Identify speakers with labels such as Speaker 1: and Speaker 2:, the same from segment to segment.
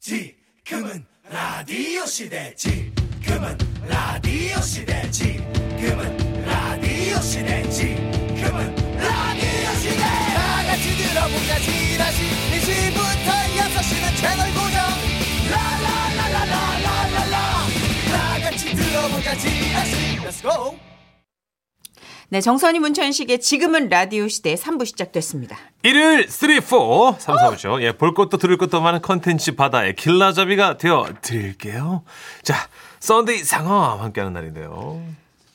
Speaker 1: 지금은 라디오 시대 지금은 라디오 시대 지금은 라디오 시대 지금은 라디오 시대 다 같이 들어보자 지라시 1시부터 6시는 채널 고정 라라라라라라라라 다 같이 들어보자 지라시 Let's go
Speaker 2: 네, 정선이 문천식의 지금은 라디오 시대 3부 시작됐습니다.
Speaker 3: 일요일 3, 4, 3, 4, 5죠. 예, 볼 것도 들을 것도 많은 컨텐츠 바다의 길라잡이가 되어 드릴게요. 자, 썬데이 상암 함께하는 날인데요.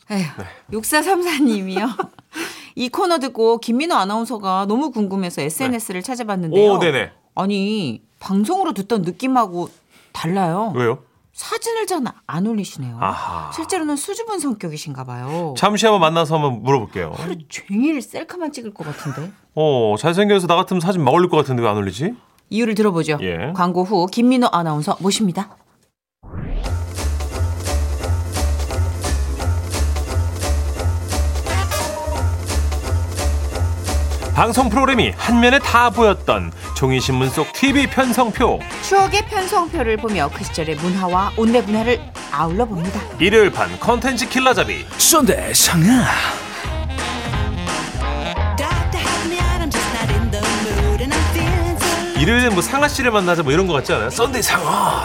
Speaker 2: 에휴,
Speaker 3: 네.
Speaker 2: 6434님이요. 이 코너 듣고 김민호 아나운서가 너무 궁금해서 SNS를 찾아봤는데요.
Speaker 3: 네. 오, 네네.
Speaker 2: 아니, 방송으로 듣던 느낌하고 달라요.
Speaker 3: 왜요?
Speaker 2: 사진을 잘 안 올리시네요.
Speaker 3: 아하.
Speaker 2: 실제로는 수줍은 성격이신가 봐요.
Speaker 3: 잠시 한번 만나서 한번 물어볼게요.
Speaker 2: 하루 종일 셀카만 찍을 것 같은데.
Speaker 3: 어, 잘생겨서 나 같으면 사진 막 올릴 것 같은데 왜 안 올리지?
Speaker 2: 이유를 들어보죠.
Speaker 3: 예.
Speaker 2: 광고 후 김민호 아나운서 모십니다.
Speaker 3: 방송 프로그램이 한 면에 다 보였던 종이신문 속 TV 편성표.
Speaker 2: 추억의 편성표를 보며 그 시절의 문화와 온대 문화를 아울러 봅니다.
Speaker 3: 일요일 판 컨텐츠 킬라잡이.
Speaker 1: 쏜데 상아
Speaker 4: Doctor, help me out. I'm just not in the mood, and I'm feeling so
Speaker 3: 일요일엔 뭐 상아 씨를 만나자 뭐 이런 거 같지 않아요? 썬데이 상아.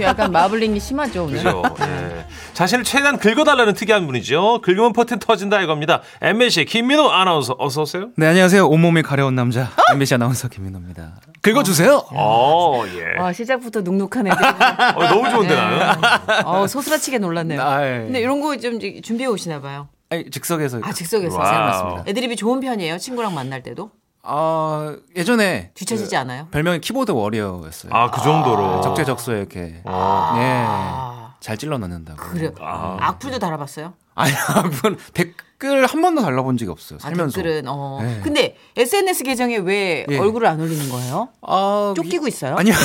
Speaker 2: 약간 마블링이 심하죠 오늘.
Speaker 3: 그죠. 예. 자신을 최대한 긁어달라는 특이한 분이죠. 긁으면 퍼튼 터진다 이겁니다. MBC 김민호 아나운서 어서 오세요.
Speaker 5: 네 안녕하세요 온몸이 가려운 남자 MBC 아나운서 김민호입니다.
Speaker 1: 긁어주세요
Speaker 3: 어, 예.
Speaker 2: 와 아, 시작부터 눅눅한 애들.
Speaker 3: 어, 너무 좋은데 나는.
Speaker 2: 어 소스라치게 놀랐네요.
Speaker 5: 아, 예.
Speaker 2: 근데 이런 거 좀 준비해 오시나 봐요.
Speaker 5: 아니, 즉석에서
Speaker 2: 아 즉석에서
Speaker 3: 와우.
Speaker 5: 생각났습니다.
Speaker 2: 애드립이 좋은 편이에요. 친구랑 만날 때도
Speaker 5: 아, 예전에 그
Speaker 2: 뒤처지지 않아요.
Speaker 5: 별명이 키보드 워리어였어요.
Speaker 3: 아, 그 정도로.
Speaker 5: 적재적소에 이렇게
Speaker 2: 아.
Speaker 5: 예, 잘 찔러 넣는다고.
Speaker 2: 그래.
Speaker 5: 아.
Speaker 2: 악플도 달아봤어요.
Speaker 5: 아니 그건 댓글 한 번도 달라본 적이 없어요.
Speaker 2: 아,
Speaker 5: 살면서.
Speaker 2: 댓글은 어.
Speaker 5: 네.
Speaker 2: 근데 SNS 계정에 왜
Speaker 5: 예.
Speaker 2: 얼굴을 안 올리는 거예요?
Speaker 5: 아,
Speaker 2: 쫓기고 있어요?
Speaker 5: 아니요.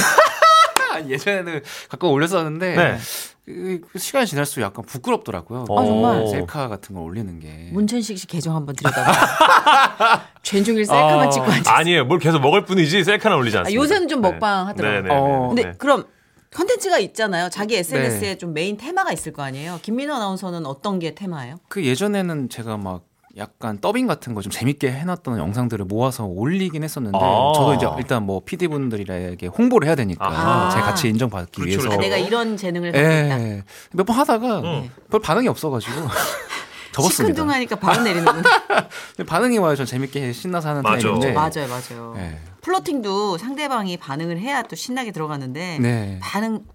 Speaker 5: 예전에는 가끔 올렸었는데
Speaker 3: 네.
Speaker 5: 그- 그 시간이 지날수록 약간 부끄럽더라고요.
Speaker 3: 아, 정말?
Speaker 5: 셀카 같은 걸 올리는 게.
Speaker 2: 문천식 씨 계정 한번 들여다봐. 죄종일
Speaker 5: 어.
Speaker 2: 셀카만 찍고 앉아.
Speaker 3: 아니에요. 뭘 계속 먹을 뿐이지 셀카는 올리지 않습니다.
Speaker 2: 아,
Speaker 3: 네.
Speaker 2: 요새는 좀 먹방 하더라고요.
Speaker 3: 네네.
Speaker 5: 어.
Speaker 2: 근데
Speaker 3: 네.
Speaker 2: 그럼 컨텐츠가 있잖아요. 자기 SNS에
Speaker 5: 네.
Speaker 2: 좀 메인 테마가 있을 거 아니에요. 김민호 아나운서는 어떤 게 테마예요?
Speaker 5: 그 예전에는 제가 막 약간 더빙 같은 거 좀 재밌게 해놨던 영상들을 모아서 올리긴 했었는데
Speaker 3: 아.
Speaker 5: 저도 이제 일단 뭐 PD 분들에게 홍보를 해야 되니까
Speaker 3: 아하.
Speaker 5: 제 가치 인정받기
Speaker 3: 그렇죠,
Speaker 5: 위해서
Speaker 2: 아, 내가 이런 재능을 갖고 있다.
Speaker 5: 어. 예, 몇 번 하다가 별 반응이 없어가지고 접었습니다.
Speaker 2: 시큰둥하니까 바로 내리는구나.
Speaker 5: 근데 반응이 와야 전 재밌게 신나서 하는
Speaker 3: 맞아.
Speaker 5: 타입인데
Speaker 2: 맞아요, 네. 맞아요.
Speaker 5: 예.
Speaker 2: 플러팅도 상대방이 반응을 해야 또 신나게 들어가는데
Speaker 5: 네.
Speaker 2: 반응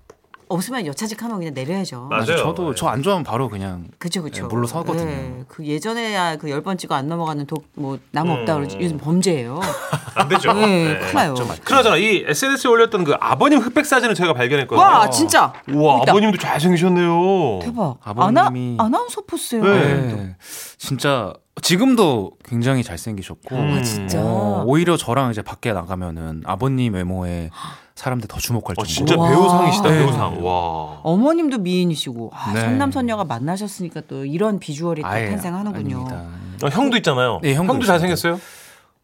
Speaker 2: 없으면 여차직하면 그냥 내려야죠.
Speaker 3: 맞아요.
Speaker 5: 맞아요. 저도
Speaker 3: 예.
Speaker 5: 저 안 좋아하면 바로 그냥
Speaker 2: 그쵸, 그쵸.
Speaker 5: 예, 물로 서거든요.
Speaker 2: 그 예전에야 그 열 번 찍어 안 넘어가는 독, 뭐, 나무 없다 그러지.
Speaker 3: 음.
Speaker 2: 요즘 범죄예요.
Speaker 3: 안 되죠.
Speaker 2: 네,
Speaker 3: 네.
Speaker 2: 큰일 나요.
Speaker 3: 그러잖아. 이 SNS에 올렸던 그 아버님 흑백 사진을 저희가 발견했거든요.
Speaker 2: 와, 진짜.
Speaker 3: 우와,
Speaker 2: 있다.
Speaker 3: 아버님도 잘생기셨네요.
Speaker 2: 대박.
Speaker 5: 아버님이-
Speaker 2: 아나, 아나운서 포스예요.
Speaker 3: 네.
Speaker 5: 예. 진짜 지금도 굉장히 잘생기셨고
Speaker 3: 음.
Speaker 2: 아, 진짜.
Speaker 5: 어, 오히려 저랑 이제 밖에 나가면은 아버님 외모에 사람들 더 주목할
Speaker 3: 어,
Speaker 5: 정도로
Speaker 3: 진짜
Speaker 2: 우와.
Speaker 3: 배우상이시다,
Speaker 5: 네.
Speaker 3: 배우상. 와.
Speaker 2: 어머님도 미인이시고 아,
Speaker 5: 네.
Speaker 2: 선남 선녀가 만나셨으니까 또 이런 비주얼이 또
Speaker 5: 아예
Speaker 2: 탄생하는군요.
Speaker 5: 아닙니다.
Speaker 3: 어, 형도 있잖아요.
Speaker 5: 네, 형도 있습니다.
Speaker 3: 잘생겼어요?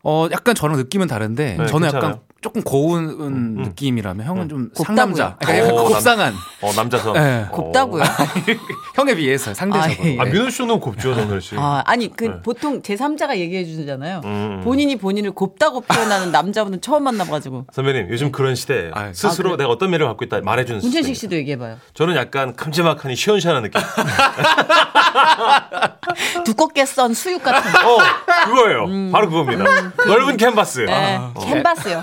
Speaker 5: 어 약간 저랑 느낌은 다른데
Speaker 3: 네,
Speaker 5: 저는
Speaker 3: 괜찮아요.
Speaker 5: 약간 조금 고운 느낌이라면 형은 좀
Speaker 2: 네. 곱다고요? 아,
Speaker 5: 상남자, 그러니까
Speaker 3: 오,
Speaker 5: 약간
Speaker 3: 남-
Speaker 5: 음, 곱상한
Speaker 3: 어, 남자선.
Speaker 5: 네.
Speaker 2: 곱다고요.
Speaker 5: 형에 비해서 상대적으로.
Speaker 2: 아, 예.
Speaker 3: 아,
Speaker 5: 네.
Speaker 3: 민호 씨는 곱죠, 정글 씨.
Speaker 2: 아, 아니 그 보통 제3자가 얘기해 주잖아요.
Speaker 3: 음.
Speaker 2: 본인이 본인을 곱다고 표현하는 남자분은 처음 만나봐가지고
Speaker 3: 선배님, 요즘 그런 시대예요.
Speaker 5: 아,
Speaker 3: 스스로 내가 어떤 매력을 갖고 있다 말해주는
Speaker 2: 문천식
Speaker 3: 시대.
Speaker 2: 씨도 얘기해봐요.
Speaker 3: 저는 약간 큼지막하니 시원시원한 느낌.
Speaker 2: 두껍게 썬 수육 같은.
Speaker 3: 어, 그거예요. 바로 그겁니다. 넓은 캔버스.
Speaker 2: 네,
Speaker 3: 아, 어.
Speaker 2: 캔버스요.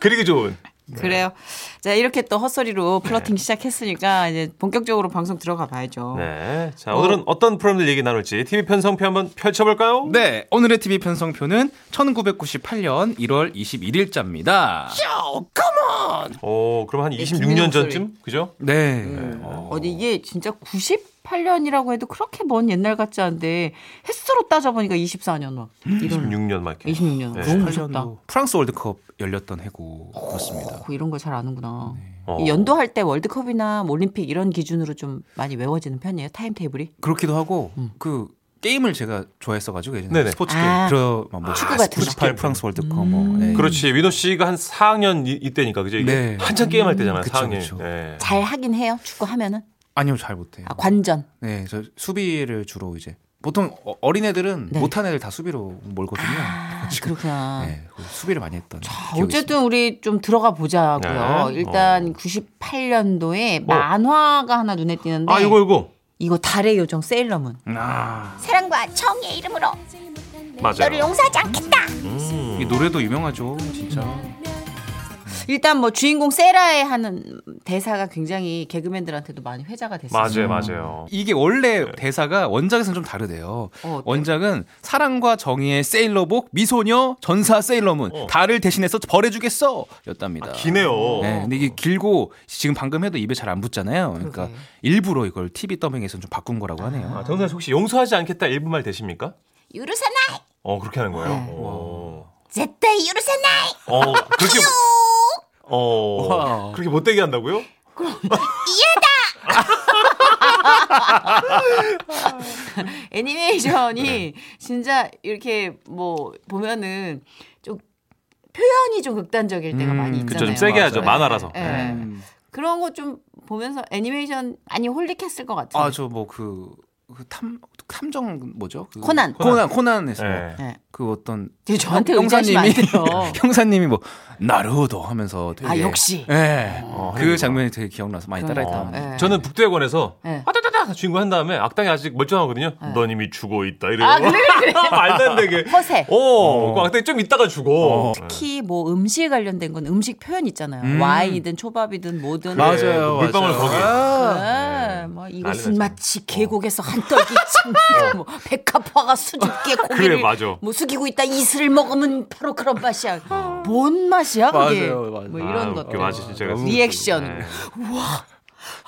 Speaker 3: 그리기 좋은.
Speaker 5: 네.
Speaker 2: 그래요. 자 이렇게 또 헛소리로 플러팅 시작했으니까 이제 본격적으로 방송 들어가 봐야죠.
Speaker 3: 네. 자, 오늘은 어. 떤 프로그램들 얘기 나눌지 TV 편성표 한번 펼쳐볼까요?
Speaker 5: 네, 오늘의 TV 편성표는 1998년 1월 21일자입니다.
Speaker 3: 오, 어, 그럼 한
Speaker 2: 김민호
Speaker 3: 26년 전쯤? 그죠?
Speaker 5: 네.
Speaker 2: 음. 어디 이게 진짜 98년이라고 해도 그렇게 먼 옛날 같지 않은데 횟수로 따져보니까 24년 와. 이런
Speaker 3: 26년 막에.
Speaker 2: 26년.
Speaker 3: 네.
Speaker 2: 너무 무섭다.
Speaker 5: 8년도 프랑스 월드컵 열렸던 해고 그렇습니다.
Speaker 2: 고 이런 거 잘 아는구나.
Speaker 3: 어.
Speaker 2: 이 연도할 때
Speaker 5: 네.
Speaker 2: 월드컵이나 뭐 올림픽 이런 기준으로 좀 많이 외워지는 편이에요. 타임테이블이.
Speaker 5: 그렇기도 하고 그 게임을 제가 좋아했어가지고 예전에
Speaker 3: 네네.
Speaker 5: 스포츠 게임
Speaker 2: 아. 음.
Speaker 5: 그런 막 뭐,
Speaker 2: 축구 같은 거.
Speaker 5: 98 프랑스 월드컵 뭐 예.
Speaker 3: 그렇지. 민호 씨가 한 4학년 이, 때니까 그죠? 이게
Speaker 5: 네.
Speaker 3: 한창 게임 할 때잖아요.
Speaker 5: 그쵸,
Speaker 3: 4학년.
Speaker 5: 그쵸.
Speaker 3: 네.
Speaker 2: 잘 하긴 해요. 축구 하면은
Speaker 5: 아니요 잘 못해요.
Speaker 2: 아, 관전.
Speaker 5: 네, 저 수비를 주로 이제 보통 어- 어린 애들은
Speaker 2: 네.
Speaker 5: 못한 애들 다 수비로 몰거든요.
Speaker 2: 아, 그렇구나.
Speaker 5: 네, 그 수비를 많이 했던.
Speaker 2: 아,
Speaker 5: 기억이
Speaker 2: 어쨌든 우리 좀 들어가 보자고요.
Speaker 3: 네.
Speaker 2: 일단 98년도에
Speaker 3: 뭐.
Speaker 2: 만화가 하나 눈에 띄는데
Speaker 3: 아, 이거, 이거.
Speaker 2: 이거 달의 요정 세일러문.
Speaker 5: 있습니다. 아,
Speaker 6: 사랑과 정의의 이름으로 너를
Speaker 3: 맞아요. 음.
Speaker 6: 용서하지 않겠다.
Speaker 5: 이 노래도 유명하죠, 진짜.
Speaker 2: 일단 뭐 주인공 세라의 하는 대사가 굉장히 개그맨들한테도 많이 회자가 됐어요.
Speaker 3: 맞아요, 맞아요.
Speaker 5: 이게 원래 대사가 원작에서는 좀 다르대요.
Speaker 2: 어, 어때요?
Speaker 5: 원작은 사랑과 정의의 세일러복, 미소녀, 전사 세일러문,
Speaker 3: 어.
Speaker 5: 달을 대신해서 벌해주겠어! 였답니다.
Speaker 3: 기네요.
Speaker 2: 어.
Speaker 5: 네, 근데 이게 길고 지금 방금 해도 입에 잘 안 붙잖아요. 그러니까
Speaker 2: 그러게.
Speaker 5: 일부러 이걸 TV 더빙에서 좀 바꾼 거라고 하네요.
Speaker 3: 아, 정선 씨 혹시 용서하지 않겠다 일본말 되십니까?
Speaker 6: 유르사나이,
Speaker 3: 어, 그렇게 하는 거예요.
Speaker 2: 네.
Speaker 3: 어.
Speaker 6: 絶対許せない。
Speaker 3: 어, 그렇게 어.
Speaker 5: 와.
Speaker 3: 그렇게 못되게 한다고요?
Speaker 2: 애니메이션이
Speaker 3: 네.
Speaker 2: 진짜 이렇게 뭐 보면은 좀 표현이 좀 극단적일 때가
Speaker 5: 음,
Speaker 2: 많이 있잖아요.
Speaker 3: 그쵸, 좀 세게 하죠.
Speaker 2: 네.
Speaker 3: 만화라서.
Speaker 2: 네. 그런 거 좀 보면서 애니메이션 많이 홀릭했을 것 같아요.
Speaker 5: 아 저 뭐 그 그 탐 탐정 뭐죠? 그-
Speaker 2: 코난.
Speaker 5: 코난 코난에서
Speaker 3: 네.
Speaker 2: 네.
Speaker 5: 그 어떤
Speaker 2: 되게 저한테
Speaker 5: 형-
Speaker 2: 의지하시면 안 돼요.
Speaker 5: 형사님이 뭐 나루도 하면서 되게
Speaker 2: 아, 역시.
Speaker 5: 예.
Speaker 3: 어,
Speaker 5: 그
Speaker 3: 하는구나.
Speaker 5: 장면이 되게 기억나서 많이 따라했다.
Speaker 2: 그러니까, 예.
Speaker 3: 어. 저는 북대학원에서
Speaker 2: 네.
Speaker 3: 아따따따 주인공 한 다음에 악당이 아직 멀쩡하거든요. 넌 이미 죽어 있다 이래요.
Speaker 2: 아, 그래, 그래.
Speaker 3: 말도 안 되게.
Speaker 2: 허세.
Speaker 3: 어, 그 악당이 좀 있다가 죽어. 네.
Speaker 2: 특히 뭐 음식 관련된 건 음식 표현 있잖아요.
Speaker 5: 음.
Speaker 2: 와인이든 초밥이든 뭐든.
Speaker 3: 맞아요. 예, 그 물방울
Speaker 5: 물방울
Speaker 3: 거기.
Speaker 5: 아.
Speaker 2: 네, 뭐 이것은
Speaker 3: 난리 어. 나죠.
Speaker 2: 마치 계곡에서 한 떡이 참, 뭐 백합화가 수줍게 고기를
Speaker 3: 아, 그래, 맞아.
Speaker 2: 뭐 숙이고 있다 이슬을 먹으면 바로 그런 맛이야. 뭔 맛이야 그게?
Speaker 5: 맞아요, 맞아요.
Speaker 2: 뭐
Speaker 3: 어. 아,
Speaker 2: 이런
Speaker 3: 웃겨.
Speaker 2: 것들.
Speaker 3: 맞아, 진짜. 네. 그래서.
Speaker 2: 리액션.
Speaker 3: 와.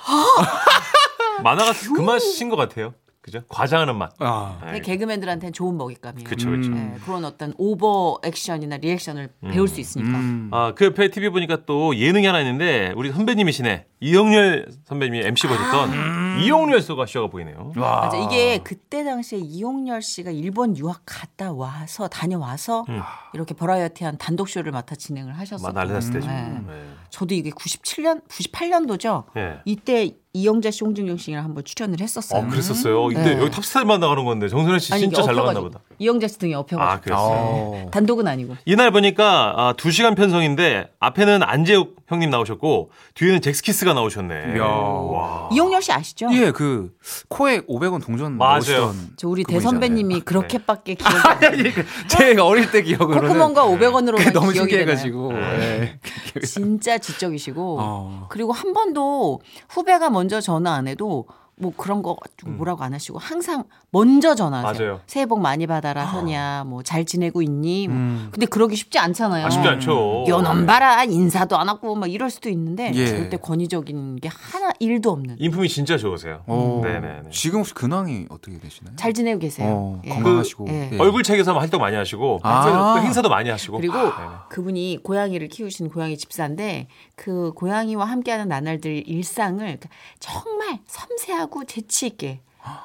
Speaker 3: 만화가 그 맛인 것 같아요. 그죠? 과장하는 맛.
Speaker 5: 아.
Speaker 2: 근데 개그맨들한테는 좋은 먹잇감이에요.
Speaker 3: 그렇죠, 그렇죠.
Speaker 2: 네, 그런 어떤 오버 액션이나 리액션을 배울 수 있으니까.
Speaker 5: 음.
Speaker 3: 아, 그 옆에 TV 보니까 또 예능이 하나 있는데 우리 선배님이시네. 이영렬 선배님이 MC가 됐던 이영렬 씨가 쇼가 보이네요.
Speaker 5: 와.
Speaker 2: 맞아. 이게 그때 당시에 이용렬 씨가 일본 유학 갔다 와서 다녀와서 이렇게 버라이어티한 단독 쇼를 맡아 진행을 하셨어요.
Speaker 3: 막 음. 난리 났을 때죠.
Speaker 2: 네.
Speaker 3: 네.
Speaker 2: 저도 이게 97년, 98년도죠.
Speaker 3: 예.
Speaker 2: 이때 이영자 씨, 홍진경 씨랑 한번 출연을 했었어요.
Speaker 3: 아, 그랬었어요. 근데
Speaker 2: 네.
Speaker 3: 여기 탑스타일만 나가는 건데 정선혜 씨
Speaker 2: 아니,
Speaker 3: 진짜
Speaker 2: 이게
Speaker 3: 잘 나갔나
Speaker 2: 엎혀가지고.
Speaker 3: 보다.
Speaker 2: 이영자 씨 등에
Speaker 3: 아,
Speaker 2: 엎혀가지고.
Speaker 3: 그랬어요.
Speaker 5: 어.
Speaker 2: 단독은 아니고.
Speaker 3: 이날 보니까 아, 2시간 편성인데 앞에는 안재욱 형님 나오셨고 뒤에는 잭스키스가 나오셨네.
Speaker 5: 이야.
Speaker 3: 와.
Speaker 2: 이영렬 씨 아시죠?
Speaker 5: 예, 그 코에 500원 동전
Speaker 3: 맞아요.
Speaker 5: 넣으시던
Speaker 2: 저 우리
Speaker 5: 그분이잖아요.
Speaker 2: 대선배님이 그렇게밖에 기억이 안 나요.
Speaker 5: 제가 어릴 때 기억으로는
Speaker 2: 코크몬과 500원으로만
Speaker 5: 너무
Speaker 2: 기억이 되나요?
Speaker 5: 신기해가지고
Speaker 2: 네.
Speaker 5: 예.
Speaker 2: 진짜 지적이시고
Speaker 5: 어.
Speaker 2: 그리고 한 번도 후배가 먼저 전화 안 해도 뭐 그런 거좀 뭐라고 안 하시고 항상 먼저 전화하세요.
Speaker 3: 맞아요.
Speaker 2: 새해 복 많이 받아라 선이야. 뭐 잘 지내고 있니? 뭐. 근데 그러기 쉽지 않잖아요.
Speaker 3: 아쉽지 않죠.
Speaker 2: 연원 봐라 인사도 안 하고 막 이럴 수도 있는데
Speaker 5: 어. 예.
Speaker 2: 절대 권위적인 게 하나 일도 없는.
Speaker 3: 인품이 진짜 좋으세요.
Speaker 5: 오.
Speaker 3: 네네네.
Speaker 5: 어. 지금 혹시 근황이 어떻게 되시나요?
Speaker 2: 잘 지내고 계세요.
Speaker 5: 어,
Speaker 2: 예.
Speaker 5: 건강하시고
Speaker 2: 그, 예.
Speaker 5: 예.
Speaker 3: 얼굴 책에서 활동 많이 하시고
Speaker 5: 맞아요.
Speaker 3: 또 행사도 많이 하시고
Speaker 2: 그리고
Speaker 3: 네.
Speaker 5: 아,
Speaker 2: 그분이 고양이를 키우신 고양이 집사인데 그 고양이와 함께하는 나날들 일상을 그러니까 정말 섬세하고 재치 있게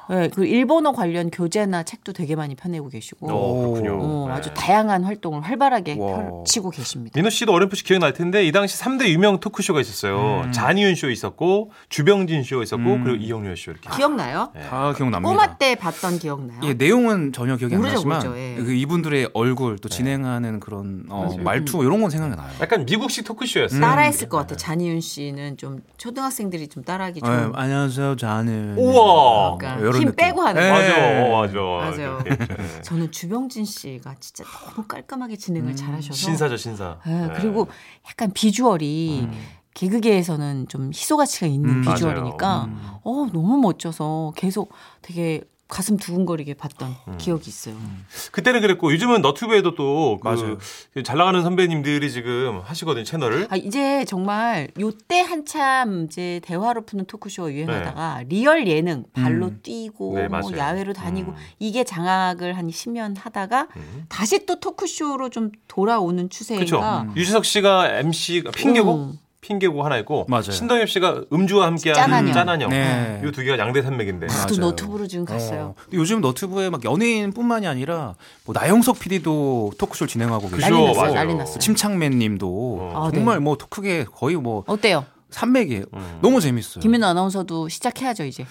Speaker 2: 네, 그 일본어 관련 교재나 책도 되게 많이 펴내고 계시고
Speaker 3: 어, 그렇군요.
Speaker 2: 어, 아주
Speaker 3: 네.
Speaker 2: 다양한 활동을 활발하게
Speaker 5: 와.
Speaker 2: 펼치고 계십니다.
Speaker 3: 민호 씨도 어렴풋이 기억날 텐데 이 당시 3대 유명 토크쇼가 있었어요.
Speaker 2: 음.
Speaker 3: 잔이윤 쇼 있었고 주병진 쇼 있었고 그리고 이영렬 쇼 이렇게.
Speaker 2: 기억나요?
Speaker 5: 다 기억납니다.
Speaker 2: 꼬마 때 봤던 기억나요?
Speaker 5: 아, 예, 내용은 전혀 기억이
Speaker 2: 모르죠,
Speaker 5: 안 나지만
Speaker 2: 모르죠, 예.
Speaker 5: 그 이분들의 얼굴 또 진행하는 그런 어, 말투
Speaker 2: 음.
Speaker 5: 이런 건 생각이 나요.
Speaker 2: 네,
Speaker 3: 약간 미국식 토크쇼였어요.
Speaker 2: 따라했을 것 같아. 잔이윤 씨는 좀 초등학생들이 좀 따라하기
Speaker 3: 네,
Speaker 2: 좀
Speaker 5: 예, 안녕하세요, 저는
Speaker 3: 우와.
Speaker 2: 그러니까
Speaker 5: 이런
Speaker 2: 힘
Speaker 5: 느낌.
Speaker 2: 빼고 하는
Speaker 5: 예.
Speaker 2: 거.
Speaker 3: 음. 맞아, 맞아.
Speaker 2: 네. 맞아요.
Speaker 3: 이렇게, 네.
Speaker 2: 저는 주병진 씨가 진짜 너무 깔끔하게 진행을 잘하셔서
Speaker 3: 음, 신사죠 신사.
Speaker 2: 예,
Speaker 3: 네. 음.
Speaker 2: 그리고 약간 비주얼이 개그계에서는 좀 희소가치가 있는 비주얼이니까
Speaker 3: 음.
Speaker 2: 어 너무 멋져서 계속 되게 가슴 두근거리게 봤던
Speaker 3: 음.
Speaker 2: 기억이 있어요.
Speaker 3: 그때는 그랬고 요즘은 너튜브에도 또
Speaker 5: 맞아요.
Speaker 3: 그 잘 나가는 선배님들이 지금 하시거든요 채널을.
Speaker 2: 아 이제 정말 요때 한참 이제 대화로 푸는 토크쇼가 유행하다가 리얼 예능 발로 뛰고
Speaker 3: 네,
Speaker 2: 뭐
Speaker 3: 맞아요.
Speaker 2: 야외로 다니고 이게 장악을 한 10년 하다가 다시 또 토크쇼로 좀 돌아오는 추세인가 그러니까.
Speaker 3: 음.
Speaker 5: 음.
Speaker 3: 그렇죠. 유재석 씨가 MC 가 핑계고
Speaker 2: 음.
Speaker 3: 핑계고 하나 있고
Speaker 5: 맞아요.
Speaker 3: 신동엽 씨가 음주와 함께하는
Speaker 2: 짠한형.
Speaker 3: 짠한형
Speaker 5: 네.
Speaker 3: 이 두 개가 양대 산맥인데
Speaker 5: 아,
Speaker 2: 또
Speaker 5: 맞아요.
Speaker 2: 너튜브로 지금 갔어요.
Speaker 5: 어, 근데 요즘 너튜브에 막 연예인뿐만이 아니라 뭐 나영석 PD도 토크쇼 를 진행하고
Speaker 3: 그죠,
Speaker 5: 계시고
Speaker 2: 난리 났어요.
Speaker 3: 맞아요.
Speaker 2: 난리 났어요.
Speaker 5: 침착맨님도
Speaker 2: 아, 네.
Speaker 5: 정말 뭐 토크계 거의 뭐
Speaker 2: 어때요?
Speaker 5: 산맥이에요.
Speaker 3: 음.
Speaker 5: 너무 재밌어요.
Speaker 2: 김민호 아나운서도 시작해야죠 이제.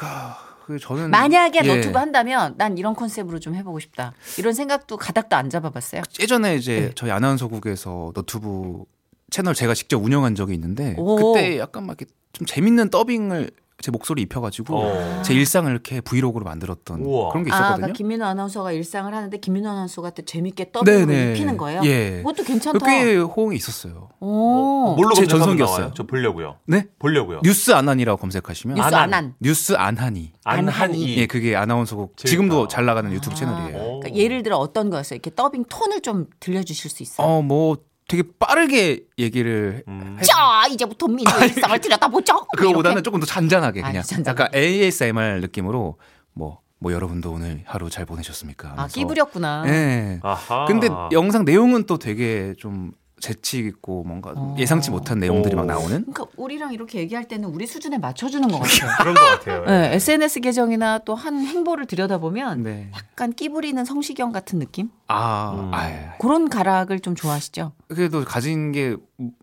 Speaker 5: 아, 그 저는
Speaker 2: 만약에
Speaker 5: 예.
Speaker 2: 너튜브 한다면 난 이런 컨셉으로 좀 해보고 싶다. 이런 생각도 가닥도 안 잡아봤어요.
Speaker 5: 예전에 이제
Speaker 2: 네.
Speaker 5: 저희 아나운서국에서 너튜브 채널 제가 직접 운영한 적이 있는데
Speaker 2: 오.
Speaker 5: 그때 약간 막 이렇게 좀 재밌는 더빙을 제 목소리 입혀가지고
Speaker 3: 어.
Speaker 5: 제 일상을 이렇게 브이로그로 만들었던
Speaker 3: 우와.
Speaker 5: 그런 게
Speaker 2: 아,
Speaker 5: 있었거든요.
Speaker 2: 그러니까 김민호 아나운서가 일상을 하는데 김민호 아나운서가 또 재밌게 더빙으로
Speaker 5: 네네.
Speaker 2: 입히는 거예요.
Speaker 5: 예.
Speaker 2: 그것도 괜찮다.
Speaker 5: 꽤 호응이 있었어요.
Speaker 2: 오.
Speaker 3: 뭘로
Speaker 5: 제
Speaker 3: 검색하면
Speaker 5: 전성기였어요.
Speaker 3: 나와요? 저 보려고요.
Speaker 5: 네?
Speaker 3: 보려고요.
Speaker 5: 뉴스 안한이라고 검색하시면
Speaker 2: 뉴스
Speaker 3: 안한.
Speaker 2: 안한.
Speaker 5: 뉴스 안한이
Speaker 3: 안한이.
Speaker 5: 예 그게 아나운서국
Speaker 3: 재밌다.
Speaker 5: 지금도 잘 나가는 유튜브 채널이에요.
Speaker 3: 오.
Speaker 2: 그러니까 예를 들어 어떤 거였어요? 이렇게 더빙 톤을 좀 들려주실 수 있어요?
Speaker 5: 어 뭐 되게 빠르게 얘기를
Speaker 3: 음.
Speaker 2: 자 이제부터 민호 일상을 들여다보죠.
Speaker 5: 그거보다는 조금 더 잔잔하게
Speaker 2: 아,
Speaker 5: 그냥
Speaker 2: 잔잔하게.
Speaker 5: 약간 ASMR 느낌으로 뭐, 뭐 여러분도 오늘 하루 잘 보내셨습니까?
Speaker 2: 아
Speaker 5: 하면서.
Speaker 2: 끼부렸구나.
Speaker 5: 예.
Speaker 3: 아하.
Speaker 5: 근데 영상 내용은 또 되게 좀 재치 있고 뭔가
Speaker 2: 어.
Speaker 5: 예상치 못한 내용들이
Speaker 3: 오.
Speaker 5: 막 나오는
Speaker 2: 그러니까 우리랑 이렇게 얘기할 때는 우리 수준에 맞춰주는 것 같아요.
Speaker 3: 그런 것 같아요. 예.
Speaker 2: 네, SNS 계정이나 또 한 행보를 들여다보면
Speaker 5: 네.
Speaker 2: 약간 끼부리는 성시경 같은 느낌?
Speaker 5: 아,
Speaker 3: 음.
Speaker 5: 아,
Speaker 2: 그런 가락을 좀 좋아하시죠?
Speaker 5: 그래도 가진 게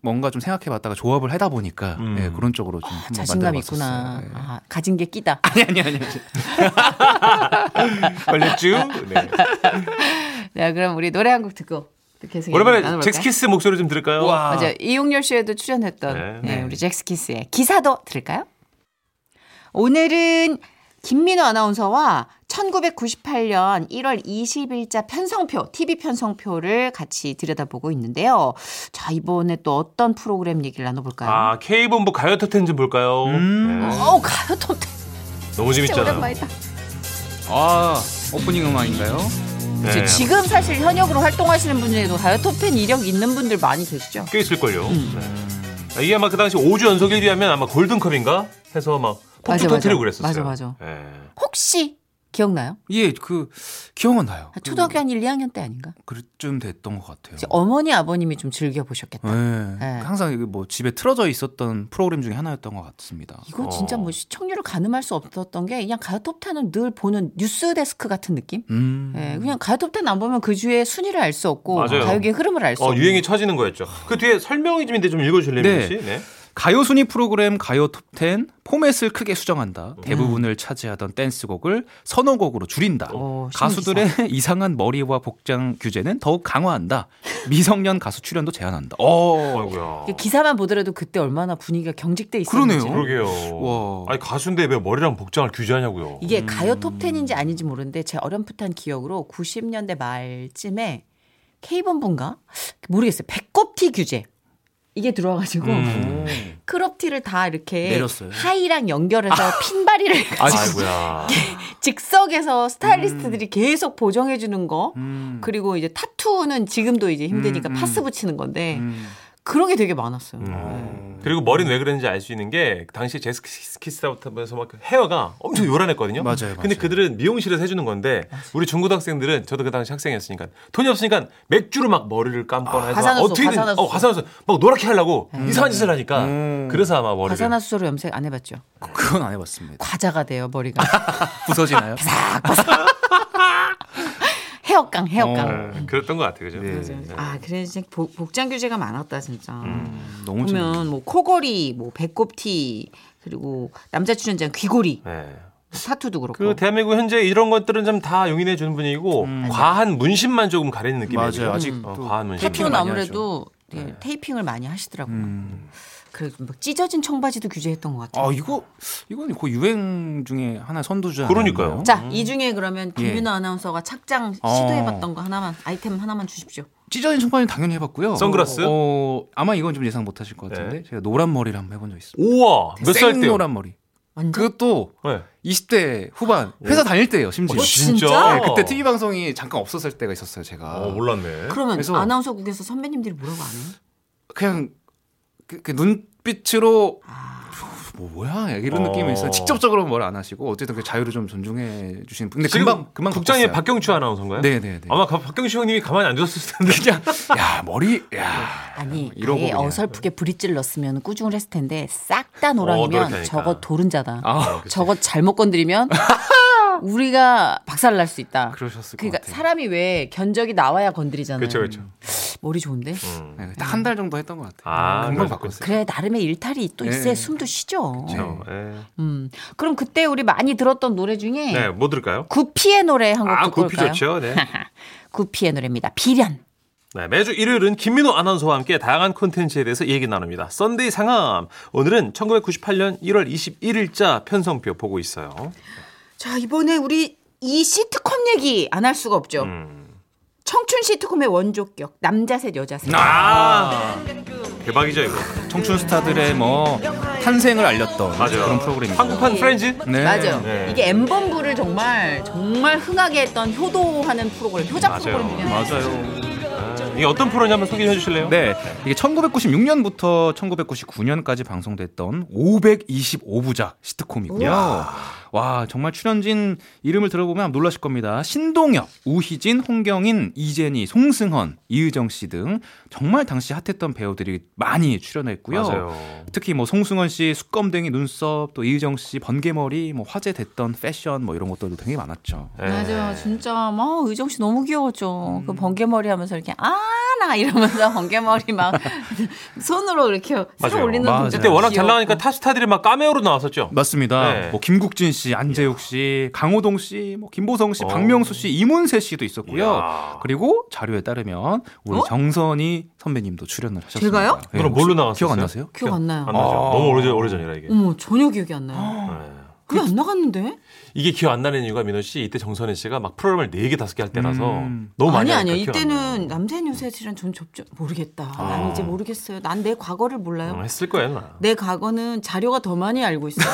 Speaker 5: 뭔가 좀 생각해봤다가 조합을 하다 보니까
Speaker 3: 음.
Speaker 5: 예, 그런 쪽으로 좀 한번
Speaker 2: 아, 자신감 있구나.
Speaker 5: 만들어봤었어요. 예.
Speaker 2: 아, 가진 게 끼다.
Speaker 5: 아니 아니 아니. 아니.
Speaker 3: 걸렸쥬? 네.
Speaker 2: 자, 네, 그럼 우리 노래 한 곡 듣고 계속 얘기
Speaker 3: 오랜만에
Speaker 2: 나눠볼까요?
Speaker 3: 잭스키스 목소리 좀 들을까요?
Speaker 2: 맞아 요 이용열 씨에도 출연했던
Speaker 3: 네.
Speaker 2: 네, 우리 잭스키스의 기사도 들을까요? 오늘은 김민호 아나운서와 1998년 1월 20일자 편성표, TV 편성표를 같이 들여다보고 있는데요. 자, 이번에 또 어떤 프로그램 얘기를 나눠볼까요?
Speaker 3: 아, K본부 가요 톱텐 좀 볼까요? 네.
Speaker 2: 음. 어우, 가요 톱텐
Speaker 3: 너무
Speaker 2: 진짜
Speaker 3: 재밌잖아요.
Speaker 2: 오랜만이다.
Speaker 5: 아 오프닝 음악인가요?
Speaker 2: 이제
Speaker 3: 네.
Speaker 2: 지금 사실 현역으로 활동하시는 분 중에도 가요 톱텐 이력 있는 분들 많이 계시죠?
Speaker 3: 꽤 있을걸요.
Speaker 2: 음.
Speaker 3: 네. 아, 이게 아마 그 당시 5주 연속 1위 하면 아마 골든컵인가? 해서 막 폭주
Speaker 2: 맞아,
Speaker 3: 터트리고
Speaker 2: 맞아.
Speaker 3: 그랬었어요.
Speaker 2: 맞아,
Speaker 3: 예.
Speaker 2: 혹시 기억나요?
Speaker 5: 예, 그 기억은 나요.
Speaker 2: 초등학교 한 1, 2학년 때 아닌가?
Speaker 5: 그쯤 됐던 것 같아요.
Speaker 2: 이제 어머니 아버님이 좀 즐겨 보셨겠다.
Speaker 5: 예.
Speaker 2: 네.
Speaker 5: 항상 이게 뭐 집에 틀어져 있었던 프로그램 중에 하나였던 것 같습니다.
Speaker 2: 이거
Speaker 3: 어.
Speaker 2: 진짜 뭐 시청률을 가늠할 수 없었던 게 그냥 가요톱텐은 늘 보는 뉴스 데스크 같은 느낌?
Speaker 5: 음.
Speaker 2: 예, 그냥 가요톱텐 안 보면 그 주의 순위를 알 수 없고
Speaker 3: 맞아요.
Speaker 2: 가요계 흐름을 알 수
Speaker 3: 어,
Speaker 2: 없고
Speaker 3: 유행이 처지는 거였죠. 그 뒤에 설명이 좀 있는데 좀 읽어주실래요,
Speaker 5: 네.
Speaker 3: 민지? 네.
Speaker 5: 가요 순위 프로그램 가요 톱10 포맷을 크게 수정한다. 대부분을 차지하던 댄스곡을 선호곡으로 줄인다.
Speaker 2: 오,
Speaker 5: 가수들의 이상한 머리와 복장 규제는 더욱 강화한다. 미성년 가수 출연도 제한한다. 어.
Speaker 3: 아이고야.
Speaker 2: 이게 기사만 보더라도 그때 얼마나 분위기가 경직돼 있었는지
Speaker 5: 그러네요.
Speaker 3: 그러게요.
Speaker 5: 와.
Speaker 3: 아니 가수인데 왜 머리랑 복장을 규제하냐고요.
Speaker 2: 이게 가요톱텐인지 아닌지 모르는데 제 어렴풋한 기억으로 90년대 말쯤에 K본부인가? 모르겠어요. 배꼽티 규제 이게
Speaker 3: 음.
Speaker 2: 들어와가지고 크롭티를 다 이렇게
Speaker 5: 내렸어요.
Speaker 2: 하의랑 연결해서 핀바리를
Speaker 3: 아. 아이고야.
Speaker 2: 즉석에서
Speaker 5: 음.
Speaker 2: 스타일리스트들이 계속 보정해 주는 거 그리고 이제 타투는 지금도 이제 힘드니까
Speaker 5: 음,
Speaker 2: 파스 붙이는 건데 그런 게 되게 많았어요. 네.
Speaker 3: 그리고 머리는 왜 그랬는지 알 수 있는 게 당시 제스키스타부터면서 막 헤어가 엄청 요란했거든요.
Speaker 5: 맞아요,
Speaker 3: 근데
Speaker 5: 맞아요.
Speaker 3: 그들은 미용실에서 해주는 건데 우리 중고등학생들은 저도 그 당시 학생이었으니까 돈이 없으니까 맥주로 막 머리를 감거나 해서
Speaker 2: 과산화수,
Speaker 3: 어떻게든
Speaker 2: 과산화수.
Speaker 3: 어 과산화수 막 노랗게 하려고 이상한 짓을 하니까 그래서 아마 머리를
Speaker 2: 과산화수소로 염색 안 해봤죠?
Speaker 5: 그건 안 해봤습니다.
Speaker 2: 과자가 돼요 머리가.
Speaker 5: 그, 부서지나요?
Speaker 2: 헤어깡 헤어깡.
Speaker 3: 네, 그랬던 것 같아요. 그죠? 네.
Speaker 2: 아 그래 이제 복- 복장 규제가 많았다 진짜.
Speaker 5: 음. 너무 재밌
Speaker 2: 보면 뭐 코걸이, 뭐 배꼽티 그리고 남자 출연자는 귀걸이,
Speaker 3: 네.
Speaker 2: 타투도 그렇고.
Speaker 5: 어.
Speaker 3: 그 대한민국 현재 이런 것들은 좀 다 용인해 주는 분위기고 과한 문신만 조금 가리는 느낌이에요.
Speaker 5: 음. 맞아요. 아직도
Speaker 3: 어, 과한 문신.
Speaker 5: 테이핑을
Speaker 2: 타투는
Speaker 5: 많이 네. 음.
Speaker 2: 아무래도 예, 테이핑을 많이 하시더라고요. 그래 막 찢어진 청바지도 규제했던 것 같아요.
Speaker 5: 아 이거 이건 거의 유행 중에 하나 선두주자.
Speaker 3: 그러니까요.
Speaker 5: 아닌가요?
Speaker 2: 자, 이 중에 그러면 김윤아 아나운서가 착장 시도해봤던
Speaker 5: 음. 예. 어.
Speaker 2: 거 하나만 아이템 하나만 주십시오.
Speaker 5: 찢어진 청바지는 당연히 해봤고요.
Speaker 3: 선글라스?
Speaker 5: 어, 아마 이건 좀 예상 못하실 것 같은데
Speaker 3: 네.
Speaker 5: 제가 노란 머리를 한번 해본 적 있습니다.
Speaker 3: 우와 몇 살 때요?
Speaker 5: 노란 머리.
Speaker 2: 완전
Speaker 5: 그것도
Speaker 3: 네.
Speaker 5: 20대 후반 회사 다닐 때예요 심지어.
Speaker 2: 어, 진짜?
Speaker 5: 네, 그때 TV 방송이 잠깐 없었을 때가 있었어요 제가.
Speaker 3: 아. 어, 몰랐네.
Speaker 2: 그러면
Speaker 5: 그래서-
Speaker 2: 아나운서국에서 선배님들이 뭐라고 안 해요?
Speaker 5: 그냥 그, 그 눈빛으로 뭐, 뭐야 이런
Speaker 3: 어.
Speaker 5: 느낌이 있어요. 직접적으로 뭘 안 하시고 어쨌든 그 자유를 좀 존중해 주시는 분. 근데
Speaker 3: 지금
Speaker 5: 금방 금방
Speaker 3: 국장이
Speaker 5: 바꿨어요.
Speaker 3: 박경추 아나운서인가요?
Speaker 5: 네네네.
Speaker 3: 아마 가- 박경추 형님이 가만히 안 줬을 텐데.
Speaker 5: 야 머리 야
Speaker 2: 아니
Speaker 5: 이러고
Speaker 2: 아예
Speaker 5: 그냥.
Speaker 2: 어설프게 브릿지를 넣었으면 꾸중을 했을 텐데 싹 다
Speaker 3: 어,
Speaker 2: 노랑이면
Speaker 3: 노랗게 하니까.
Speaker 2: 저거 도른자다.
Speaker 5: 아,
Speaker 2: 저거 잘못 건드리면 우리가 박살 날 수 있다.
Speaker 5: 그러셨을
Speaker 2: 그러니까
Speaker 5: 것 같아요.
Speaker 2: 사람이 왜 견적이 나와야
Speaker 5: 네.
Speaker 2: 건드리잖아요.
Speaker 3: 그렇죠, 그렇죠.
Speaker 2: 머리 좋은데.
Speaker 5: 어.
Speaker 3: 음.
Speaker 5: 딱 한 달 정도 했던 것 같아요.
Speaker 3: 아,
Speaker 5: 금방
Speaker 3: 그러셨군요.
Speaker 5: 바꿨어요.
Speaker 2: 그래 나름의 일탈이 또 있어야
Speaker 5: 네.
Speaker 2: 숨도 쉬죠.
Speaker 3: 그렇죠. 예.
Speaker 2: 음. 그럼 그때 우리 많이 들었던 노래 중에
Speaker 3: 네, 뭐 들을까요?
Speaker 2: 구피의 노래 한 곡
Speaker 3: 아,
Speaker 2: 듣고
Speaker 3: 구피
Speaker 2: 올까요?
Speaker 3: 좋죠. 네.
Speaker 2: 구피의 노래입니다. 비련.
Speaker 3: 네, 매주 일요일은 김민호 아나운서와 함께 다양한 콘텐츠에 대해서 얘기 나눕니다. 썬데이 상암. 오늘은 1998년 1월 21일자 편성표 보고 있어요.
Speaker 2: 자 이번에 우리 이 시트콤 얘기 안 할 수가 없죠.
Speaker 3: 음.
Speaker 2: 청춘 시트콤의 원조격 남자 셋 여자 셋.
Speaker 3: 아! 대박이죠, 이거.
Speaker 5: 청춘 스타들의 뭐 탄생을 알렸던
Speaker 3: 아. 맞아요.
Speaker 5: 그런 프로그램이죠.
Speaker 3: 한국판 프렌즈?
Speaker 5: 네.
Speaker 2: 맞아요.
Speaker 3: 네.
Speaker 2: 이게 엠번부를 정말 정말 흥하게 했던 효도하는 프로그램, 효자 프로그램이네요.
Speaker 5: 맞아요.
Speaker 3: 이게 어떤 프로냐 한번 소개해 주실래요?
Speaker 5: 네, 이게 1996년부터 1999년까지 방송됐던 525부작 시트콤이고요. 와, 정말 출연진 이름을 들어보면 놀라실 겁니다. 신동엽, 우희진, 홍경인, 이재니, 송승헌, 이의정 씨 등 정말 당시 핫했던 배우들이 많이 출연했고요.
Speaker 3: 맞아요.
Speaker 5: 특히 뭐 송승헌 씨 수검댕이 눈썹, 또 이의정 씨 번개머리, 뭐 화제됐던 패션 뭐 이런 것들도 되게 많았죠.
Speaker 3: 네.
Speaker 2: 맞아요. 진짜 막 의정 씨 너무 귀여웠죠. 그 번개머리 하면서 이렇게 아 나 이러면서 번개머리 막 손으로 이렇게
Speaker 3: 맞아요.
Speaker 2: 쓸어 올리는
Speaker 5: 맞아요.
Speaker 2: 동작.
Speaker 3: 그때 워낙 잘 나가니까 탑스타들이 막 까메오로 나왔었죠.
Speaker 5: 맞습니다.
Speaker 3: 네.
Speaker 5: 뭐 김국진 씨, 안재욱 씨, 강호동 씨, 뭐 김보성 씨,
Speaker 3: 어.
Speaker 5: 박명수 씨, 이문세 씨도 있었고요.
Speaker 3: 이야.
Speaker 5: 그리고 자료에 따르면 우리
Speaker 2: 어?
Speaker 5: 정선이 선배님도 출연을 하셨습니다.
Speaker 2: 제가요?
Speaker 5: 예,
Speaker 3: 그럼
Speaker 5: 혹시
Speaker 3: 뭘로 나왔어요?
Speaker 5: 기억 안 나세요?
Speaker 2: 기억 안 나요. 음.
Speaker 3: 안 나죠.
Speaker 5: 아.
Speaker 3: 너무 오래, 오래전이라 이게.
Speaker 2: 어머 전혀 기억이 안 나요.
Speaker 3: 네.
Speaker 2: 그게 안 나갔는데?
Speaker 3: 이게 기억 안 나는 이유가 민호 씨 이때 정선혜 씨가 막 프로그램을 4개 5개 할 때라서
Speaker 5: 음.
Speaker 3: 너무 많이
Speaker 2: 아니 아니요.
Speaker 3: 하니까 기억 안 아.
Speaker 2: 이때는 남자인 요새랑 전 접점 모르겠다. 난 이제 모르겠어요. 난 내 과거를 몰라요.
Speaker 3: 나요. 응, 음, 했을 거야 나.
Speaker 2: 내 과거는 자료가 더 많이 알고 있어요.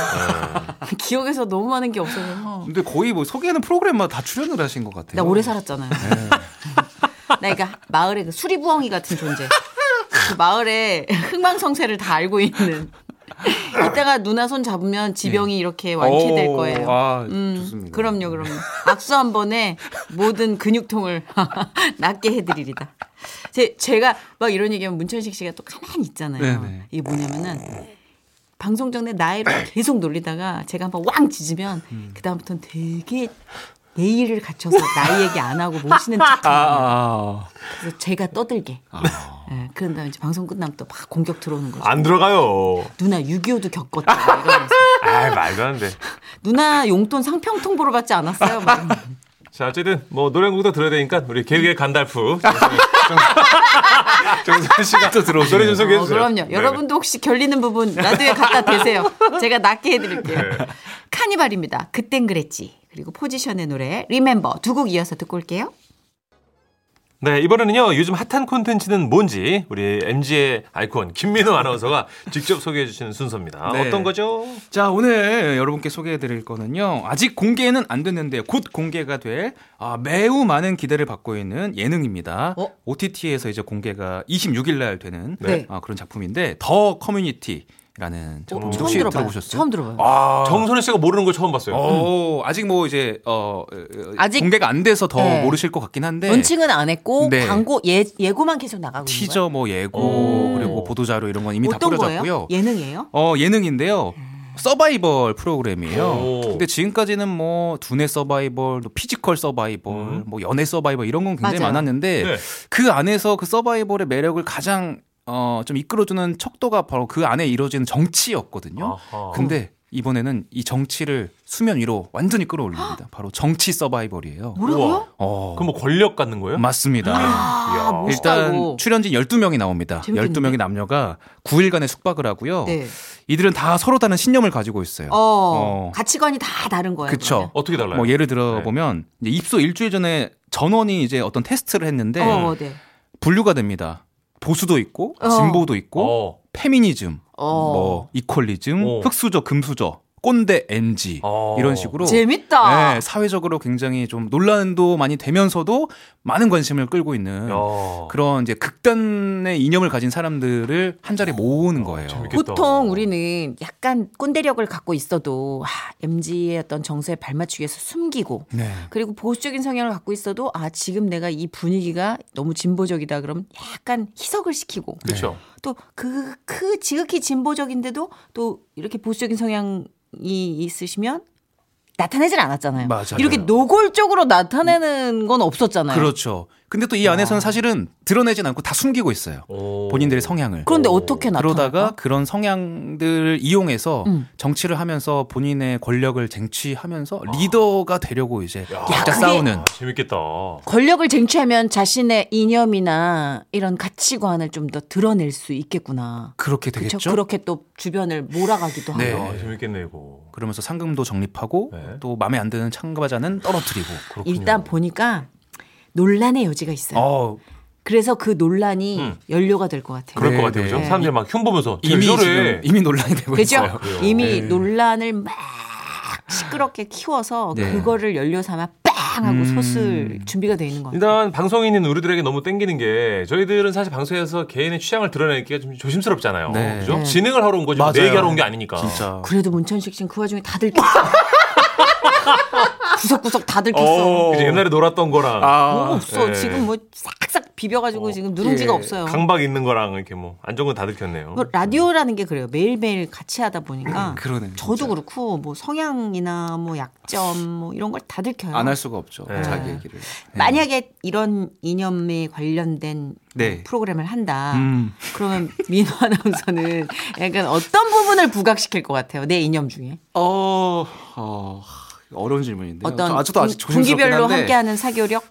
Speaker 3: 네.
Speaker 2: 기억에서 너무 많은 게 없어서.
Speaker 5: 근데 거의 뭐 소개하는 프로그램마다 다 출연을 하신 것 같아요.
Speaker 2: 나 오래 살았잖아요.
Speaker 3: 네.
Speaker 2: 나 이거 마을의 그 수리부엉이 같은 존재. 그 마을의 흥망성쇠를 다 알고 있는. 이따가 누나 손 잡으면
Speaker 3: 네.
Speaker 2: 지병이 이렇게 완쾌될
Speaker 5: 오,
Speaker 2: 거예요.
Speaker 5: 아,
Speaker 2: 음,
Speaker 5: 좋습니다.
Speaker 2: 그럼요, 그럼요. 악수 한 번에 모든 근육통을 낫게 해드리리다. 제, 제가 막 이런 얘기하면 문천식 씨가 또 가만히 있잖아요.
Speaker 5: 네네.
Speaker 2: 이게 뭐냐면은 방송 전에 나이로 계속 놀리다가 제가 한번 왕 짖으면 그다음부터는 되게 예의를 갖춰서 나이 얘기 안 하고 모시는 척
Speaker 5: 아, 아,
Speaker 2: 그래서 제가 떠들게. 예, 그런 다음에 이제 방송 끝나면 또 막 공격 들어오는 거죠.
Speaker 3: 안 들어가요.
Speaker 2: 누나 6.25도 겪었다. 이러면서.
Speaker 3: 아 말도 안 돼.
Speaker 2: 누나 용돈 상평통보로 받지 않았어요. 막.
Speaker 3: 자 어쨌든 뭐 노래 한 곡도 들어야 되니까 우리 개그의 간달프 정선 씨가 또 들어오시네. 노래 좀 소개해
Speaker 2: 어,
Speaker 3: 주세요.
Speaker 2: 그럼요.
Speaker 3: 네.
Speaker 2: 여러분도 혹시 결리는 부분 라디오에 갖다 대세요. 제가 낫게 해드릴게요. 카니발입니다. 그땐 그랬지. 그리고 포지션의 노래 리멤버 두 곡 이어서 듣고 올게요.
Speaker 3: 네 이번에는요 요즘 핫한 콘텐츠는 뭔지 우리 MG의 아이콘 김민호 아나운서가 직접 소개해 주시는 순서입니다.
Speaker 5: 네.
Speaker 3: 어떤 거죠?
Speaker 5: 자, 오늘 여러분께 소개해드릴 거는요. 아직 공개는 안 됐는데 곧 공개가 될 아, 매우 많은 기대를 받고 있는 예능입니다.
Speaker 2: 어?
Speaker 5: OTT에서 이제 공개가 26일 날 되는
Speaker 2: 네.
Speaker 5: 아, 그런 작품인데 더 커뮤니티라는 작품
Speaker 2: 어,
Speaker 5: 혹시
Speaker 2: 들어봐요. 아,
Speaker 5: 들어보셨어요?
Speaker 2: 처음 들어봐요.
Speaker 3: 정선혜 씨가 모르는 걸 처음 봤어요.
Speaker 5: 아. 어, 아직 뭐 이제 어 어, 어,
Speaker 2: 아직-
Speaker 5: 공개가 안 돼서 더
Speaker 2: 네.
Speaker 5: 모르실 것 같긴 한데
Speaker 2: 원칙은 안 했고
Speaker 5: 네.
Speaker 2: 광고 예, 예고만 계속 나가고 있는 거예요.
Speaker 5: 티저 뭐 예고
Speaker 2: 오.
Speaker 5: 그리고 뭐 보도 자료 이런 건 이미 다
Speaker 2: 어. 어떤
Speaker 5: 뿌려졌고요.
Speaker 2: 거예요? 예능이에요?
Speaker 5: 어, 예능인데요.
Speaker 2: 음.
Speaker 5: 서바이벌 프로그램이에요.
Speaker 3: 오.
Speaker 5: 근데 지금까지는 뭐 두뇌 서바이벌, 또 피지컬 서바이벌, 뭐 연애 서바이벌 이런 건 굉장히
Speaker 2: 음. 맞아요.
Speaker 5: 많았는데
Speaker 3: 네.
Speaker 5: 그 안에서 그 서바이벌의 매력을 가장 어, 좀 이끌어주는 척도가 바로 그 안에 이루어지는 정치였거든요.
Speaker 3: 아하.
Speaker 5: 근데 이번에는 이 정치를 수면 위로 완전히 끌어올립니다. 바로 정치 서바이벌이에요.
Speaker 2: 뭐라고요?
Speaker 5: 어,
Speaker 3: 그럼 뭐 권력 갖는 거예요?
Speaker 5: 맞습니다.
Speaker 2: 아, 멋있다고.
Speaker 5: 일단 출연진 12명이 나옵니다.
Speaker 2: 재밌겠는데?
Speaker 5: 12명의 남녀가 9일간의 숙박을 하고요.
Speaker 2: 네.
Speaker 5: 이들은 다 서로 다른 신념을 가지고 있어요.
Speaker 2: 어,
Speaker 5: 어.
Speaker 2: 가치관이 다 다른 거예요.
Speaker 5: 그쵸.
Speaker 3: 어떻게 달라요?
Speaker 5: 뭐 예를
Speaker 3: 네.
Speaker 5: 들어 보면 이제 입소 일주일 전에 전원이 이제 어떤 테스트를 했는데
Speaker 2: 그러면? 어, 네.
Speaker 5: 분류가 됩니다. 보수도 있고
Speaker 2: 어.
Speaker 5: 진보도 있고
Speaker 3: 어.
Speaker 5: 페미니즘,
Speaker 2: 어.
Speaker 5: 뭐 이퀄리즘,
Speaker 3: 어.
Speaker 5: 흑수저, 금수저 꼰대 NG
Speaker 3: 어.
Speaker 5: 이런 식으로
Speaker 2: 재밌다.
Speaker 5: 네, 사회적으로 굉장히 좀 논란도 많이 되면서도 많은 관심을 끌고 있는
Speaker 3: 어. 야.
Speaker 5: 그런 이제 극단의 이념을 가진 사람들을 한 자리에 모으는 거예요.
Speaker 3: 재밌겠다.
Speaker 2: 보통 우리는 약간 꼰대력을 갖고 있어도 아, MG의 어떤 정서에 발맞추기 위해서 숨기고
Speaker 5: 네.
Speaker 2: 그리고 보수적인 성향을 갖고 있어도 아 지금 내가 이 분위기가 너무 진보적이다 그럼 약간 희석을 시키고
Speaker 5: 네.
Speaker 3: 그렇죠.
Speaker 2: 또 그 그 지극히 진보적인데도 또 이렇게 보수적인 성향이 있으시면 나타내질 않았잖아요.
Speaker 5: 맞아요.
Speaker 2: 이렇게 노골적으로 나타내는 건 없었잖아요.
Speaker 5: 그렇죠. 근데 또 이 안에서는 사실은 드러내진 않고 다 숨기고 있어요.
Speaker 3: 네. 오.
Speaker 5: 본인들의 성향을.
Speaker 2: 그런데 어떻게 나타나?
Speaker 5: 그러다가 그런 성향들을 이용해서
Speaker 2: 음.
Speaker 5: 정치를 하면서 본인의 권력을 쟁취하면서
Speaker 3: 아.
Speaker 5: 리더가 되려고 이제
Speaker 2: 그게-
Speaker 5: 각자 싸우는.
Speaker 3: 재밌겠다.
Speaker 2: 권력을 쟁취하면 자신의 이념이나 이런 가치관을 좀 더 드러낼 수 있겠구나.
Speaker 5: 그렇게 되겠죠.
Speaker 2: 그렇죠. 그렇게 또 주변을 몰아가기도 하고.
Speaker 5: 네.
Speaker 3: 야, 재밌겠네 이거.
Speaker 5: 그러면서 상금도 적립하고
Speaker 3: 네.
Speaker 5: 또 마음에 안 드는 참가자는 떨어뜨리고.
Speaker 3: 그렇군요.
Speaker 2: 일단 보니까 논란의 여지가 있어요.
Speaker 5: 어,
Speaker 2: 그래서 그 논란이
Speaker 3: 음.
Speaker 2: 연료가 될 것 같아요.
Speaker 3: 그럴
Speaker 5: 네,
Speaker 3: 것 같아요.
Speaker 5: 네.
Speaker 3: 그죠? 사람들이 막 흉보면서
Speaker 5: 이미
Speaker 3: 저래.
Speaker 5: 지금 이미 논란이 되고 있어요.
Speaker 2: 그죠?
Speaker 3: 그래요.
Speaker 2: 이미
Speaker 5: 네.
Speaker 2: 논란을 막 시끄럽게 키워서
Speaker 5: 네.
Speaker 2: 그거를 연료 삼아 빵 하고
Speaker 5: 음.
Speaker 2: 솟을 준비가 돼 있는 것 같아요.
Speaker 3: 일단 방송인인 우리들에게 너무 땡기는 게 저희들은 사실 방송에서 개인의 취향을 드러내기가 좀 조심스럽잖아요.
Speaker 5: 네.
Speaker 3: 그죠?
Speaker 2: 네.
Speaker 3: 진행을 하러 온 거지 뭐
Speaker 5: 맞아요.
Speaker 3: 내 얘기하러 온 게 아니니까.
Speaker 5: 진짜.
Speaker 2: 그래도 문천식 씨는 그 와중에 다 들켰어. 구석구석 다 들켰어.
Speaker 3: 그죠? 옛날에 놀았던 거랑
Speaker 2: 뭐가
Speaker 5: 아,
Speaker 2: 없어.
Speaker 3: 예.
Speaker 2: 지금 뭐 싹싹 비벼가지고 지금 누룽지가
Speaker 5: 예.
Speaker 2: 없어요.
Speaker 3: 강박 있는 거랑 이렇게 뭐 안정은 다 들켰네요.
Speaker 2: 그 라디오라는 게 그래요. 매일매일 같이 하다 보니까
Speaker 5: 아, 음, 그러네.
Speaker 2: 저도 그렇고 뭐 성향이나 뭐 약점 뭐 이런 걸 다 들켜요.
Speaker 5: 안 할 수가 없죠.
Speaker 3: 네.
Speaker 5: 자기 얘기를. 네.
Speaker 2: 만약에 이런 이념에 관련된
Speaker 5: 네.
Speaker 2: 프로그램을 한다.
Speaker 5: 음.
Speaker 2: 그러면 민호 아나운서는 약간 어떤 부분을 부각시킬 것 같아요. 내 이념 중에.
Speaker 5: 어, 어 어려운 질문인데
Speaker 2: 어떤
Speaker 5: 아직도 아직
Speaker 2: 분- 분기별로
Speaker 5: 조심스럽긴 한데
Speaker 2: 함께하는 사교력?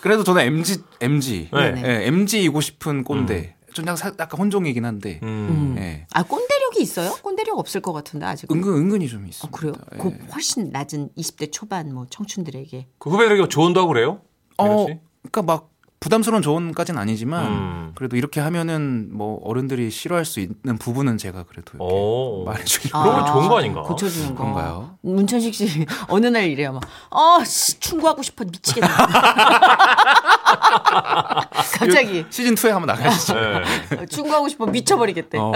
Speaker 5: 그래도 저는 MG MG
Speaker 3: 네.
Speaker 2: 네.
Speaker 5: 예, MG이고 싶은 꼰대 좀 약간, 사- 약간 혼종이긴 한데
Speaker 3: 음.
Speaker 5: 예.
Speaker 2: 아, 꼰대력이 있어요? 꼰대력 없을 것 같은데, 아직.
Speaker 5: 은근 은근히 좀 있어.
Speaker 2: 아, 그래요? 그
Speaker 3: 예.
Speaker 2: 훨씬 낮은 20대 초반 뭐 청춘들에게.
Speaker 3: 그 후배들에게 조언도 하고 그래요?
Speaker 5: 어,
Speaker 3: 민호 씨?
Speaker 5: 그러니까 막 부담스러운 조언까지는 아니지만
Speaker 3: 음.
Speaker 5: 그래도 이렇게 하면은 뭐 어른들이 싫어할 수 있는 부분은 제가 그래도
Speaker 3: 어. 오.
Speaker 5: 이렇게 말해주려고
Speaker 3: 그런 건
Speaker 2: 아,
Speaker 3: 좋은 거 아닌가?
Speaker 2: 고쳐주는 거.
Speaker 5: 그런가요?
Speaker 2: 문천식 씨 어느 날 이래요. 막, 어, 씨, 충고하고 싶어 미치겠네. 갑자기
Speaker 5: 시즌 2에 한번 나가시죠.
Speaker 3: 네.
Speaker 2: 어, 충고하고 싶어 미쳐버리겠대.
Speaker 5: 어,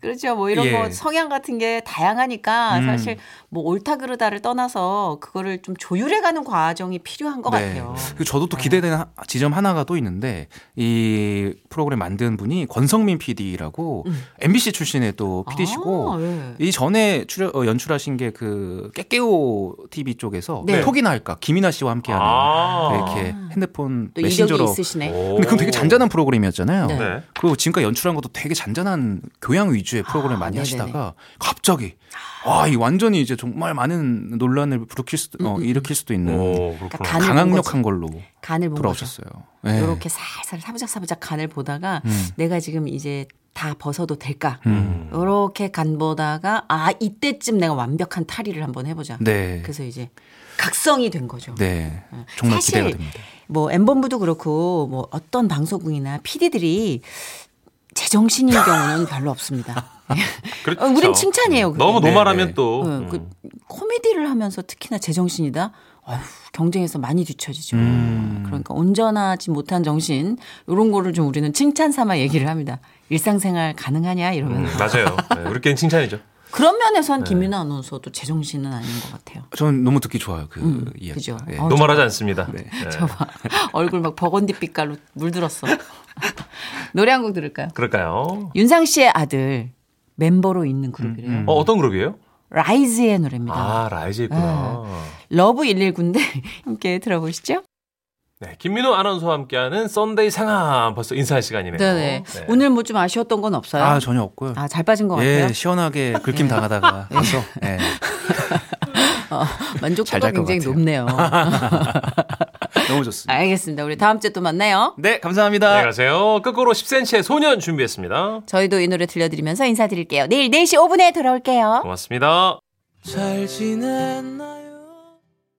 Speaker 2: 그렇죠. 뭐 이런
Speaker 5: 예.
Speaker 2: 거 성향 같은 게 다양하니까
Speaker 5: 음.
Speaker 2: 사실 뭐 옳다 그르다를 떠나서 그거를 좀 조율해가는 과정이 필요한
Speaker 5: 네.
Speaker 2: 것 같아요. 네.
Speaker 5: 그리고 저도 또 기대되는 하- 지점 하나가 또 있는데 이 프로그램 만든 분이 권성민 PD라고 MBC 출신의 또 PD시고
Speaker 2: 음. 아, 예.
Speaker 5: 이 전에 출연, 어, 연출하신 게 그 깨깨오 TV 쪽에서
Speaker 2: 네.
Speaker 5: 톡이나 할까 김이나 씨와 함께하는 네,
Speaker 3: 아.
Speaker 5: 이렇게 핸드폰
Speaker 2: 또
Speaker 5: 메신저로. 어.
Speaker 2: 이력이 있으시네.
Speaker 3: 오.
Speaker 5: 근데 그건 되게 잔잔한 프로그램이었잖아요.
Speaker 2: 네.
Speaker 3: 네.
Speaker 5: 그리고 지금까지 연출한 것도 되게 잔잔한 교양 위주의 프로그램 을 많이
Speaker 2: 아, 네네네.
Speaker 5: 하시다가 갑자기 아 이 완전히 이제 정말 많은 논란을 부르킬 수도
Speaker 2: 음,
Speaker 5: 어, 일으킬 수도 있는
Speaker 3: 오,
Speaker 2: 그러니까
Speaker 3: 그렇구나.
Speaker 2: 간을 본
Speaker 5: 강압력한 걸로
Speaker 2: 간을 본 거죠.
Speaker 5: 돌아오셨어요. 네.
Speaker 2: 이렇게 살살 사부작사부작 간을 보다가 내가 지금 이제 다 벗어도 될까?
Speaker 5: 음.
Speaker 2: 이렇게 간 보다가 아 이때쯤 내가 완벽한 탈의를 한번 해보자.
Speaker 5: 네.
Speaker 2: 그래서 이제 각성이 된 거죠.
Speaker 5: 네. 정말
Speaker 2: 사실
Speaker 5: 기대가 됩니다.
Speaker 2: 뭐 엠본부도 그렇고 뭐 어떤 방송국이나 PD들이 제정신인 경우는 별로 없습니다.
Speaker 3: 그렇죠.
Speaker 2: 어, 우린 칭찬이에요. 그게.
Speaker 3: 너무 노말하면
Speaker 5: 네.
Speaker 3: 또 음.
Speaker 2: 어, 그 코미디를 하면서 특히나 제정신이다. 어휴, 경쟁에서 많이 뒤처지죠.
Speaker 3: 음.
Speaker 2: 그러니까 온전하지 못한 정신 이런 거를 좀 우리는 칭찬 삼아 얘기를 합니다. 일상생활 가능하냐 이러면
Speaker 3: 음, 네. 맞아요. 네, 우리끼리 칭찬이죠.
Speaker 2: 그런 면에선 김윤아 아나운서도 제정신은 아닌 것 같아요.
Speaker 5: 저는 너무 듣기 좋아요. 그 이야기.
Speaker 2: 그죠.
Speaker 5: 예.
Speaker 2: 어,
Speaker 3: 노말하지 않습니다. 네.
Speaker 2: 저봐 얼굴 막 버건디 빛깔로 물들었어. 노래 한 곡 들을까요?
Speaker 3: 그럴까요?
Speaker 2: 윤상 씨의 아들 멤버로 있는 그룹이래요.
Speaker 3: 어, 어떤 그룹이에요?
Speaker 2: 라이즈의 노래입니다.
Speaker 3: 아, 라이즈 있구나.
Speaker 2: 러브 119인데 함께 들어보시죠.
Speaker 3: 네, 김민호 아나운서와 함께하는 썬데이 상암 벌써 인사할 시간이네요.
Speaker 2: 네네. 오늘 뭐 좀 아쉬웠던 건 없어요?
Speaker 5: 아 전혀 없고요.
Speaker 2: 아, 잘 빠진 것
Speaker 5: 예,
Speaker 2: 같아요. 네.
Speaker 5: 시원하게 긁힘 당하다가 그래서 예.
Speaker 2: 어,
Speaker 5: 잘
Speaker 2: 만족도가
Speaker 5: 잘것
Speaker 2: 굉장히
Speaker 5: 같아요.
Speaker 2: 높네요.
Speaker 5: 너무 좋습니다.
Speaker 2: 알겠습니다. 우리 다음 주에 또 만나요.
Speaker 5: 네, 감사합니다.
Speaker 3: 안녕히 가세요. 끝으로 10cm의 소년 준비했습니다.
Speaker 2: 저희도 이 노래 네 들려드리면서 인사드릴게요. 내일 4시 5분에 돌아올게요.
Speaker 3: 고맙습니다.
Speaker 7: 잘 지냈나요?